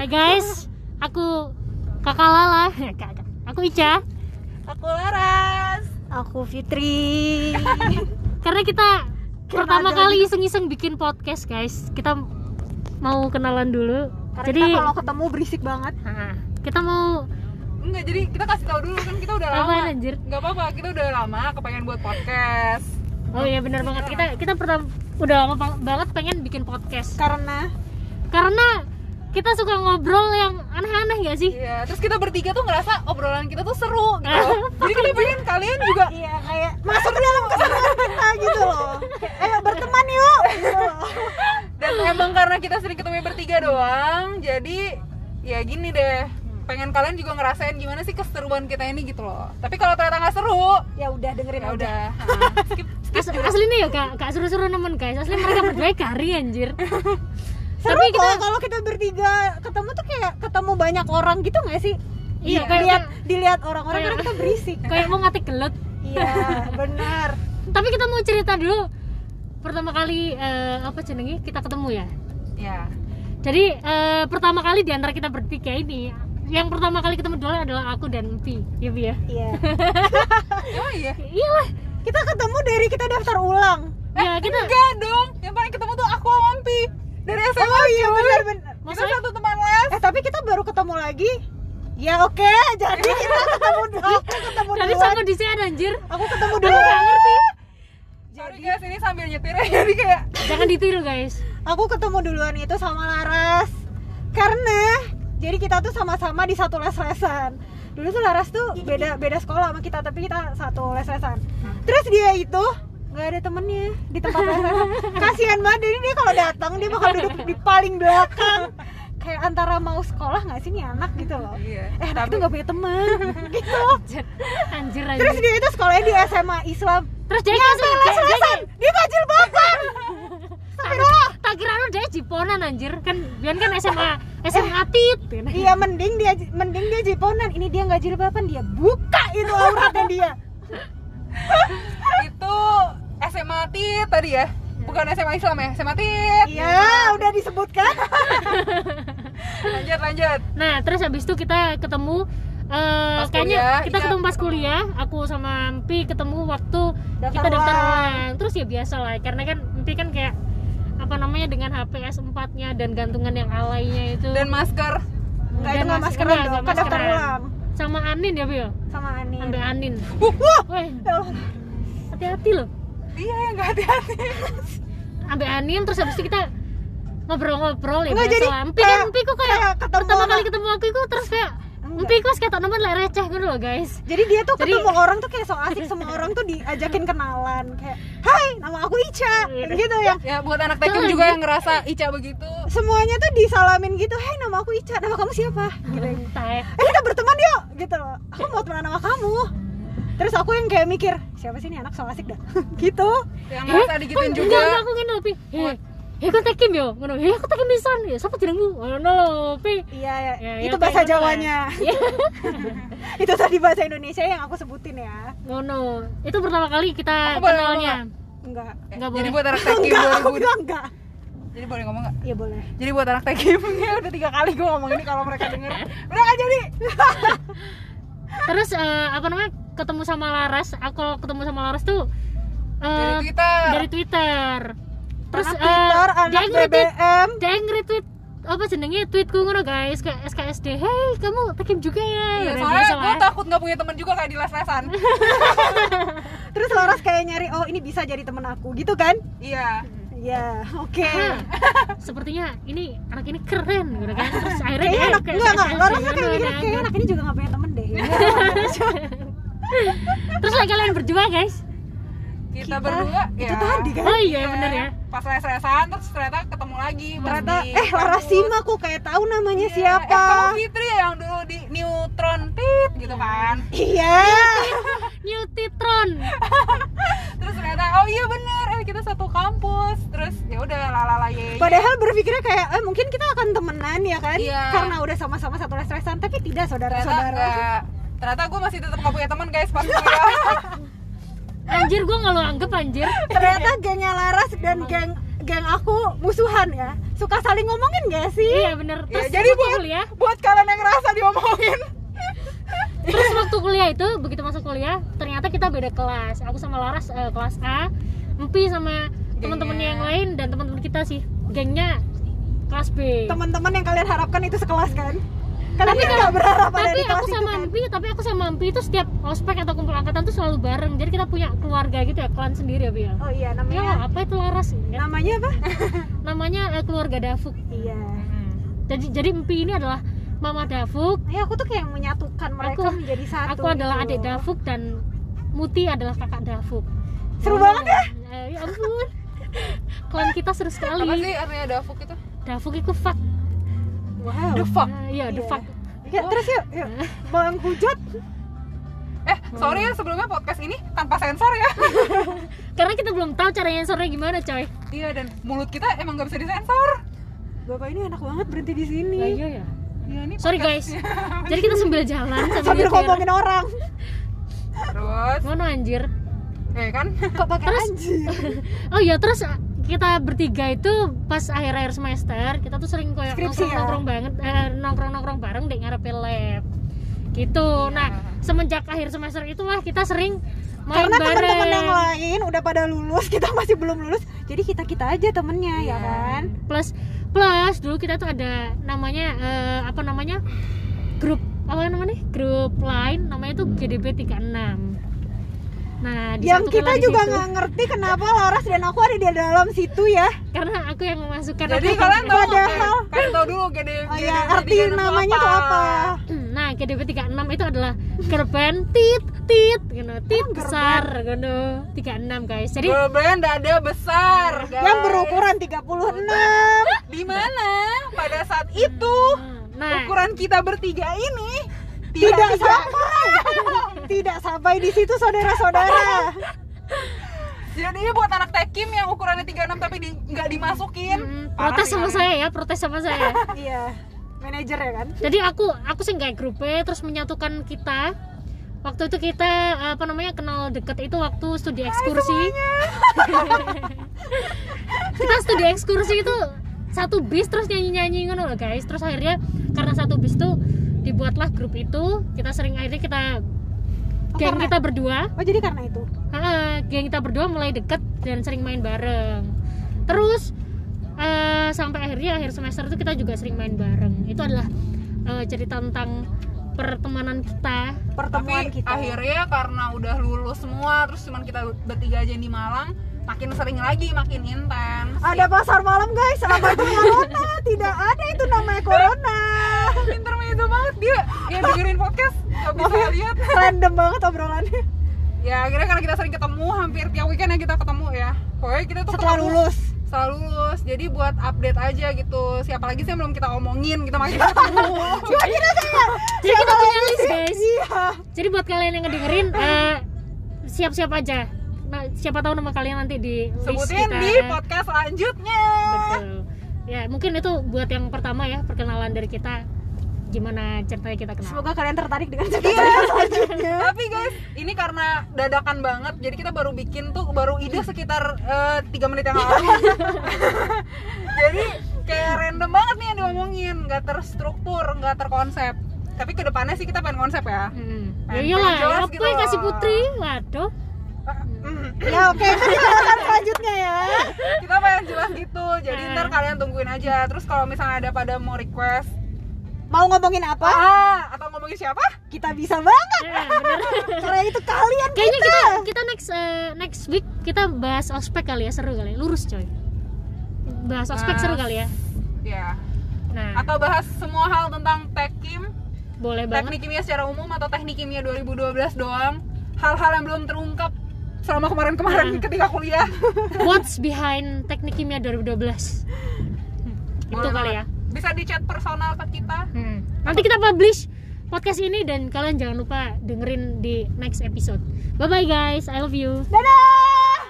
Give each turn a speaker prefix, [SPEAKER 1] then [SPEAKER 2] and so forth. [SPEAKER 1] Hai guys, aku Kakak Lala. Kakak. Aku Ica.
[SPEAKER 2] Aku Laras.
[SPEAKER 3] Aku Fitri.
[SPEAKER 1] Karena kita pertama
[SPEAKER 3] ada
[SPEAKER 1] kali iseng-iseng bikin podcast, guys. Kita mau kenalan dulu.
[SPEAKER 3] Karena
[SPEAKER 1] Jadi
[SPEAKER 3] kita kalau ketemu berisik banget.
[SPEAKER 1] Ah, kita mau
[SPEAKER 2] Enggak, jadi kita kasih tahu dulu kan kita udah lama.
[SPEAKER 1] apaan anjir?
[SPEAKER 2] Enggak apa-apa, kita udah lama kepengen buat podcast.
[SPEAKER 1] Oh iya benar banget. Kita kita pertama udah lama bang- banget pengen bikin podcast.
[SPEAKER 3] Karena
[SPEAKER 1] Karena kita suka ngobrol yang aneh-aneh gak sih?
[SPEAKER 2] Iya, terus kita bertiga tuh ngerasa obrolan kita tuh seru gitu. loh. jadi kita pengen kalian juga
[SPEAKER 3] iya kayak masuk ke dalam kesadaran kita gitu loh. Kayak, Ayo berteman yuk. gitu loh.
[SPEAKER 2] dan emang karena kita sering ketemu bertiga doang, jadi ya gini deh pengen kalian juga ngerasain gimana sih keseruan kita ini gitu loh tapi kalau ternyata nggak seru
[SPEAKER 3] Ya udah dengerin
[SPEAKER 2] ya
[SPEAKER 3] aja.
[SPEAKER 2] udah skip
[SPEAKER 1] As, aslinya ya kak, kak suruh-suruh nemen guys. Asli mereka berdua kari anjir. Tapi
[SPEAKER 3] Seru Tapi
[SPEAKER 1] kita- iya,
[SPEAKER 3] kalau kita bertiga ketemu tuh kayak ketemu banyak orang gitu nggak sih?
[SPEAKER 1] Iya,
[SPEAKER 3] Di-
[SPEAKER 1] kayak-
[SPEAKER 3] dilihat dilihat orang-orang
[SPEAKER 1] kayak-
[SPEAKER 3] karena kita berisik.
[SPEAKER 1] Kayak mau ngatik gelut.
[SPEAKER 3] Iya, benar.
[SPEAKER 1] Tapi kita mau cerita dulu pertama kali eh, apa jenenge kita ketemu ya.
[SPEAKER 2] ya
[SPEAKER 1] Jadi eh, pertama kali di antara kita bertiga ini yang pertama kali ketemu dulu adalah aku dan Pi, ya Pi ya.
[SPEAKER 3] Iya.
[SPEAKER 2] emang iya
[SPEAKER 1] Iyalah,
[SPEAKER 3] Kita ketemu dari kita daftar ulang.
[SPEAKER 1] ya kita
[SPEAKER 2] enggak dong yang paling ketemu tuh aku sama Ampi dari SMA
[SPEAKER 3] Oh iya benar benar.
[SPEAKER 2] kita
[SPEAKER 1] Maksudnya-
[SPEAKER 2] satu teman les
[SPEAKER 3] Eh tapi kita baru ketemu lagi. Ya oke, jadi kita ketemu dulu. Aku ketemu
[SPEAKER 1] dari
[SPEAKER 3] duluan.
[SPEAKER 1] sama di sini anjir.
[SPEAKER 3] Aku ketemu
[SPEAKER 1] Aku
[SPEAKER 3] duluan.
[SPEAKER 1] nggak ngerti.
[SPEAKER 2] Sorry guys, ini sambil nyetir ya. jadi kayak
[SPEAKER 1] Jangan ditiru guys.
[SPEAKER 3] Aku ketemu duluan itu sama Laras. Karena jadi kita tuh sama-sama di satu les-lesan. Dulu tuh Laras tuh beda beda sekolah sama kita tapi kita satu les-lesan. Terus dia itu nggak ada temennya di tempat les-lesan. Kasihan banget jadi dia kalau datang dia bakal duduk di paling belakang. Kayak antara mau sekolah nggak sih nih anak gitu loh.
[SPEAKER 2] Iya.
[SPEAKER 3] Eh, anak itu nggak punya teman gitu.
[SPEAKER 1] Anjir
[SPEAKER 3] Terus
[SPEAKER 1] anjir.
[SPEAKER 3] dia itu sekolahnya di Ya, SMA Islam.
[SPEAKER 1] Terus dia langsung dia- dia-
[SPEAKER 3] Les-lesan, dia bajil bapak.
[SPEAKER 1] Tak- Tak kira lu dia jiponan anjir kan Bian kan SMA SMA tit
[SPEAKER 3] Iya mending dia mending dia jiponan. Ini dia nggak jilbaban dia buka itu auratnya dia.
[SPEAKER 2] itu SMA Tit tadi ya. Bukan SMA Islam ya, SMA Tit.
[SPEAKER 3] Iya udah disebutkan.
[SPEAKER 2] Lanjut lanjut.
[SPEAKER 1] Nah terus habis itu kita ketemu eh,
[SPEAKER 2] Pas
[SPEAKER 1] kayaknya
[SPEAKER 2] kuliah,
[SPEAKER 1] kita
[SPEAKER 2] iya,
[SPEAKER 1] ketemu pas
[SPEAKER 2] ketemu.
[SPEAKER 1] kuliah aku sama Mpi ketemu waktu
[SPEAKER 3] Daftar
[SPEAKER 1] kita daftar
[SPEAKER 3] ulang.
[SPEAKER 1] ulang terus ya biasa lah karena kan Mpi kan kayak apa namanya dengan HPS 4 nya dan gantungan yang alaynya itu
[SPEAKER 2] Dan masker.
[SPEAKER 3] Nggak itu nggak
[SPEAKER 1] mas-
[SPEAKER 3] maskeran
[SPEAKER 1] nggak,
[SPEAKER 3] dong.
[SPEAKER 1] nggak
[SPEAKER 3] Kan daftar
[SPEAKER 1] maskeran.
[SPEAKER 3] ulang
[SPEAKER 1] sama Anin ya Bil
[SPEAKER 3] sama Ani.
[SPEAKER 1] sampai Anin
[SPEAKER 2] Wuh, wuh.
[SPEAKER 1] Weh,
[SPEAKER 3] Ya Allah.
[SPEAKER 1] hati-hati loh
[SPEAKER 2] Iya yang nggak hati-hati.
[SPEAKER 1] sampai Anin terus habis itu kita ngobrol-ngobrol ya
[SPEAKER 3] Nggak,
[SPEAKER 1] biasa
[SPEAKER 3] jadi
[SPEAKER 1] lah Mpi kan
[SPEAKER 3] kayak-
[SPEAKER 1] Mpi kok kayak,
[SPEAKER 3] kayak ketemu
[SPEAKER 1] pertama
[SPEAKER 3] orang-
[SPEAKER 1] kali ketemu aku itu terus kayak
[SPEAKER 3] Enggak.
[SPEAKER 1] Mpi kok kayak tak nemen lah receh gitu loh guys
[SPEAKER 3] Jadi dia tuh
[SPEAKER 1] Jadi-
[SPEAKER 3] ketemu orang tuh kayak so asik semua orang tuh diajakin kenalan kayak Hai nama aku Ica
[SPEAKER 1] Iya.
[SPEAKER 3] gitu yang
[SPEAKER 2] Ya buat anak tekim
[SPEAKER 1] Lanjut.
[SPEAKER 2] juga yang ngerasa Ica begitu.
[SPEAKER 3] semuanya tuh disalamin gitu Hai nama aku Ica nama kamu siapa gitu.
[SPEAKER 1] Entah. ya.
[SPEAKER 3] eh kita berteman yuk gitu loh aku mau temenan sama kamu terus aku yang kayak mikir siapa sih ini anak so asik dah gitu
[SPEAKER 2] Yang ngerasa digituin
[SPEAKER 1] Eh, enggak,
[SPEAKER 2] juga.
[SPEAKER 1] enggak, aku ngene lho, Pi. Heh. Heh, aku tekim yo, ngono. Heh, aku tekim pisan. Ya, sapa jenengmu? Ngono lho, Pi.
[SPEAKER 3] iya ya,
[SPEAKER 1] Ya, ya,
[SPEAKER 3] itu
[SPEAKER 1] kayak
[SPEAKER 3] bahasa
[SPEAKER 1] gitu lah.
[SPEAKER 3] Jawanya
[SPEAKER 1] Iya,
[SPEAKER 3] itu tadi bahasa Indonesia yang aku sebutin ya
[SPEAKER 1] Ngono. Itu pertama kali kita
[SPEAKER 2] Aku boleh
[SPEAKER 1] kenalnya.
[SPEAKER 3] enggak
[SPEAKER 2] Eh,
[SPEAKER 1] Nggak
[SPEAKER 2] Jadi
[SPEAKER 1] boleh.
[SPEAKER 2] buat anak tekim
[SPEAKER 3] enggak aku
[SPEAKER 2] 2000.
[SPEAKER 3] bilang enggak
[SPEAKER 2] Jadi boleh ngomong nggak?
[SPEAKER 3] iya boleh
[SPEAKER 2] Jadi buat anak tekim
[SPEAKER 3] Eh,
[SPEAKER 2] ya udah tiga kali gue ngomong ini kalau mereka denger.
[SPEAKER 3] udah nggak jadi
[SPEAKER 1] Terus eh, apa namanya? Ketemu sama Laras. Aku kalau ketemu sama Laras tuh eh,
[SPEAKER 2] Dari Twitter.
[SPEAKER 1] dari Twitter. Terus eh,
[SPEAKER 3] anak Twitter anak
[SPEAKER 1] dia nge-retweet,
[SPEAKER 3] BBM
[SPEAKER 1] dia nge-retweet apa jenenge tweetku ngono guys ke SKSD. Hei, kamu tekim juga ya.
[SPEAKER 2] Iya,
[SPEAKER 1] Ya,
[SPEAKER 2] soalnya
[SPEAKER 1] biasa
[SPEAKER 2] gue
[SPEAKER 1] lah.
[SPEAKER 2] takut nggak punya teman juga kayak di les-lesan.
[SPEAKER 3] terus Laras kayak nyari oh ini bisa jadi temen aku gitu kan
[SPEAKER 2] Iya.
[SPEAKER 3] Iya, oke.
[SPEAKER 1] Hah, sepertinya ini anak ini keren gitu kan terus akhirnya
[SPEAKER 3] Kayaknya
[SPEAKER 1] dia
[SPEAKER 3] anak
[SPEAKER 1] kayak
[SPEAKER 3] enggak enggak.
[SPEAKER 1] SKSD,
[SPEAKER 3] Laras tuh kayak
[SPEAKER 1] ngono,
[SPEAKER 3] mikir
[SPEAKER 1] kan.
[SPEAKER 3] kayaknya anak ini juga nggak punya temen deh.
[SPEAKER 1] Terus lah kalian berdua guys.
[SPEAKER 2] Kita, berdua ya.
[SPEAKER 3] itu tadi kan.
[SPEAKER 1] Oh iya bener ya.
[SPEAKER 2] Pas les-lesan terus ternyata ketemu lagi. pas
[SPEAKER 3] ternyata
[SPEAKER 2] di
[SPEAKER 3] eh Laras
[SPEAKER 2] kampus.
[SPEAKER 3] Sima kok kayak tahu namanya
[SPEAKER 2] Iya,
[SPEAKER 3] siapa
[SPEAKER 2] eh, kamu Fitri ya yang dulu di Neutron Tit gitu kan
[SPEAKER 3] iya
[SPEAKER 1] New Titron.
[SPEAKER 2] terus ternyata oh iya bener eh kita satu kampus terus ya udah lalala ye
[SPEAKER 3] padahal berpikirnya kayak eh mungkin kita akan temenan ya kan
[SPEAKER 2] Iya.
[SPEAKER 3] karena udah sama-sama satu les-lesan tapi tidak
[SPEAKER 2] ternyata
[SPEAKER 3] saudara-saudara
[SPEAKER 2] enggak. ternyata gue masih tetap gak punya teman guys pas kuliah
[SPEAKER 1] Anjir gua nggak lo anggap anjir. Iya.
[SPEAKER 3] ternyata gengnya Laras dan geng geng aku musuhan ya suka saling ngomongin gak sih
[SPEAKER 1] iya bener
[SPEAKER 2] Ya,
[SPEAKER 1] terus
[SPEAKER 2] jadi
[SPEAKER 1] waktu
[SPEAKER 2] buat
[SPEAKER 1] kuliah
[SPEAKER 2] buat kalian yang ngerasa diomongin
[SPEAKER 1] terus waktu kuliah itu begitu masuk kuliah ternyata kita beda kelas aku sama Laras eh, kelas A Empi sama teman-teman
[SPEAKER 2] Gengnya.
[SPEAKER 1] yang lain dan teman-teman kita sih gengnya kelas B
[SPEAKER 3] teman-teman yang kalian harapkan itu sekelas kan
[SPEAKER 1] Tapi
[SPEAKER 3] kalian kan
[SPEAKER 1] kalau-
[SPEAKER 3] nggak berharap ada
[SPEAKER 1] tapi iya,
[SPEAKER 3] di kelas
[SPEAKER 1] aku
[SPEAKER 3] itu
[SPEAKER 1] sama
[SPEAKER 3] kan
[SPEAKER 1] Empi tapi aku sama Empi itu setiap ospek atau kumpul angkatan tuh selalu bareng jadi kita punya keluarga gitu ya klan sendiri ya Bil
[SPEAKER 3] oh
[SPEAKER 1] ya
[SPEAKER 3] iya namanya
[SPEAKER 1] apa itu Laras ya?
[SPEAKER 3] namanya apa
[SPEAKER 1] namanya eh, keluarga Davuk
[SPEAKER 3] iya
[SPEAKER 1] jadi jadi Empi ini adalah mama Davuk
[SPEAKER 3] ya aku tuh kayak menyatukan mereka
[SPEAKER 1] Aku-
[SPEAKER 3] menjadi satu
[SPEAKER 1] aku adalah
[SPEAKER 3] gitu.
[SPEAKER 1] adik Davuk dan Muti adalah kakak Davuk
[SPEAKER 3] seru banget ya
[SPEAKER 1] Eh, ya ampun klan kita seru
[SPEAKER 2] apa
[SPEAKER 1] sekali
[SPEAKER 2] sih artinya davuk itu
[SPEAKER 1] Davuk itu fuck
[SPEAKER 3] wow
[SPEAKER 2] the fuck
[SPEAKER 1] Eh, iya the
[SPEAKER 3] Iya.
[SPEAKER 1] fuck
[SPEAKER 3] ya, terus yuk, yuk. bang hujat
[SPEAKER 2] eh sorry ya sebelumnya podcast ini tanpa sensor ya
[SPEAKER 1] karena kita belum tahu cara sensornya gimana coy
[SPEAKER 2] iya dan mulut kita emang nggak bisa disensor
[SPEAKER 3] bapak ini enak banget berhenti di sini
[SPEAKER 1] Lah, iya ya
[SPEAKER 2] iya ini
[SPEAKER 1] sorry guys
[SPEAKER 2] podcast-
[SPEAKER 1] jadi kita sambil jalan sambil
[SPEAKER 3] sambil
[SPEAKER 1] ngomongin
[SPEAKER 3] ngomongin orang
[SPEAKER 2] terus
[SPEAKER 1] ngono anjir
[SPEAKER 2] ya kan
[SPEAKER 3] kok pakai
[SPEAKER 1] Terus-
[SPEAKER 3] anjir
[SPEAKER 1] oh iya terus uh, kita bertiga itu pas akhir-akhir semester kita tuh sering kayak
[SPEAKER 3] Skripsi
[SPEAKER 1] nongkrong
[SPEAKER 3] ya?
[SPEAKER 1] nongkrong banget eh, nongkrong nongkrong bareng di ngarepe lab gitu
[SPEAKER 3] Iya.
[SPEAKER 1] nah semenjak akhir semester itulah kita sering main
[SPEAKER 3] karena
[SPEAKER 1] bareng
[SPEAKER 3] teman-teman yang lain udah pada lulus kita masih belum lulus jadi kita kita aja temennya
[SPEAKER 1] Iya.
[SPEAKER 3] ya kan
[SPEAKER 1] plus plus dulu kita tuh ada namanya eh, apa namanya grup apa namanya grup lain namanya tuh GDB 36 nah di
[SPEAKER 3] yang kita juga nggak ngerti kenapa Laras dan aku ada di dalam situ ya
[SPEAKER 1] karena aku yang memasukkan
[SPEAKER 2] jadi
[SPEAKER 1] apa yang-
[SPEAKER 2] kalian tahu nggak?
[SPEAKER 3] Padahal-
[SPEAKER 2] kalian tahu dulu gede
[SPEAKER 1] Iya,
[SPEAKER 3] oh ya arti namanya tuh apa
[SPEAKER 1] nah GDB 36 itu adalah gerben tit tit gitu tit besar gitu 36 guys jadi
[SPEAKER 2] girl band dada besar guys.
[SPEAKER 3] yang berukuran 36
[SPEAKER 2] di mana pada saat itu
[SPEAKER 1] nah
[SPEAKER 2] ukuran kita bertiga ini
[SPEAKER 3] tidak sampai tidak sampai di situ saudara-saudara
[SPEAKER 2] jadi ini buat anak tekim yang ukurannya 36 tapi di, nggak dimasukin
[SPEAKER 3] Hmm,
[SPEAKER 1] mm,
[SPEAKER 2] Parah
[SPEAKER 1] protes
[SPEAKER 2] sih,
[SPEAKER 1] sama
[SPEAKER 2] kan?
[SPEAKER 1] saya ya protes sama saya
[SPEAKER 3] iya manajer ya kan
[SPEAKER 1] jadi aku aku sih nggak grup B terus menyatukan kita waktu itu kita apa namanya kenal deket itu waktu studi ekskursi kita studi ekskursi itu satu bis terus nyanyi nyanyi ngono loh guys terus akhirnya karena satu bis tuh dibuatlah grup itu kita sering akhirnya kita
[SPEAKER 3] Oh,
[SPEAKER 1] geng
[SPEAKER 3] karena-
[SPEAKER 1] kita berdua
[SPEAKER 3] oh jadi karena itu
[SPEAKER 1] Ha, geng kita berdua mulai deket dan sering main bareng. Terus eh, sampai akhirnya akhir semester itu kita juga sering main bareng. Itu adalah eh, cerita tentang pertemanan kita.
[SPEAKER 3] pertemuan
[SPEAKER 2] tapi
[SPEAKER 3] kita
[SPEAKER 2] akhirnya karena udah lulus semua terus cuman kita bertiga aja yang di Malang makin sering lagi makin intens
[SPEAKER 3] ada pasar malam guys ada corona tidak ada itu namanya corona
[SPEAKER 2] intermezzo banget dia yang dengerin podcast gak bisa lihat
[SPEAKER 3] random banget obrolannya
[SPEAKER 2] ya akhirnya karena kita sering ketemu hampir tiap weekend ya kita ketemu ya pokoknya kita tuh
[SPEAKER 3] setelah
[SPEAKER 2] ketemu
[SPEAKER 3] lulus
[SPEAKER 2] setelah lulus jadi buat update aja gitu siapa lagi sih yang belum kita omongin gitu makanya kita ketemu
[SPEAKER 3] gua kira saya
[SPEAKER 1] Jadi kita punya list guys.
[SPEAKER 3] iya
[SPEAKER 1] Jadi buat kalian yang ngedengerin eh, siap-siap aja. Nah, siapa tahu nama kalian nanti di list kita.
[SPEAKER 2] sebutin
[SPEAKER 1] ya.
[SPEAKER 2] di podcast selanjutnya
[SPEAKER 1] Betul. Ya, mungkin itu buat yang pertama ya perkenalan dari kita. Gimana ceritanya kita kenal.
[SPEAKER 3] semoga kalian tertarik dengan cerita saya selanjutnya
[SPEAKER 2] tapi guys ini karena dadakan banget jadi kita baru bikin tuh baru ide sekitar eh, tiga menit yang lalu jadi kayak random banget nih yang diomongin nggak terstruktur nggak terkonsep tapi kedepannya sih kita pengen konsep ya
[SPEAKER 1] Hmm. Ya
[SPEAKER 2] Pengen
[SPEAKER 1] iyalah,
[SPEAKER 2] jelas
[SPEAKER 1] apa
[SPEAKER 2] gitu
[SPEAKER 1] yang kasih
[SPEAKER 2] loh.
[SPEAKER 1] putri? Waduh.
[SPEAKER 3] ya oke itu silakan selanjutnya ya
[SPEAKER 2] Hmm. kita pengen jelas gitu jadi ntar kalian tungguin aja terus kalau misalnya ada pada mau request
[SPEAKER 3] mau ngomongin apa
[SPEAKER 2] ah atau ngomongin siapa
[SPEAKER 3] kita bisa banget
[SPEAKER 1] Ya, bener.
[SPEAKER 3] karena itu kalian
[SPEAKER 1] Kayaknya kita
[SPEAKER 2] Gitu.
[SPEAKER 1] kita next eh, next week kita bahas ospek kali ya seru kali ya. lurus coy. Bahas ospek
[SPEAKER 2] Bahas.
[SPEAKER 1] seru kali ya.
[SPEAKER 2] ya
[SPEAKER 1] Nah,
[SPEAKER 2] atau bahas semua hal tentang tekim
[SPEAKER 1] boleh banget.
[SPEAKER 2] teknik kimia secara umum atau teknik kimia 2012 doang hal-hal yang belum terungkap selama kemarin-kemarin
[SPEAKER 1] Hmm.
[SPEAKER 2] ketika kuliah
[SPEAKER 1] What's behind teknik kimia 2012? Hmm, Itu
[SPEAKER 2] Boleh
[SPEAKER 1] kali
[SPEAKER 2] banget.
[SPEAKER 1] ya.
[SPEAKER 2] bisa di chat personal ke kita
[SPEAKER 1] Hmm. Nanti kita publish podcast ini dan kalian jangan lupa dengerin di next episode. Bye bye guys, I love you.
[SPEAKER 3] dadah